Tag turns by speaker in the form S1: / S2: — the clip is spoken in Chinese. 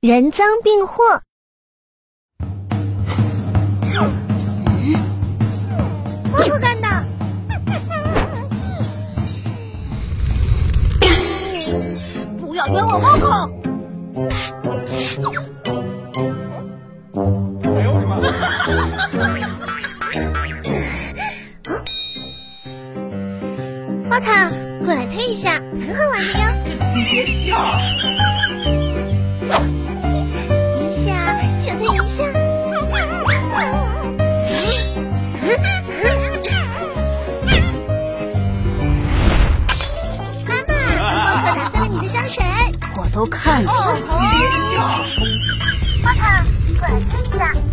S1: 人赃并获。
S2: 我不敢当。不要冤枉猫口！
S3: 哎呦我的妈！
S1: 猫头，过来推一下，很好玩的哟。
S3: 别笑，
S1: 一下就推一下。
S2: 妈妈，猫口打翻了你的香水。
S1: 我都看见
S2: 哦
S1: 了。
S2: 吼！
S3: 别笑，
S1: 啊猫头，过来推一下，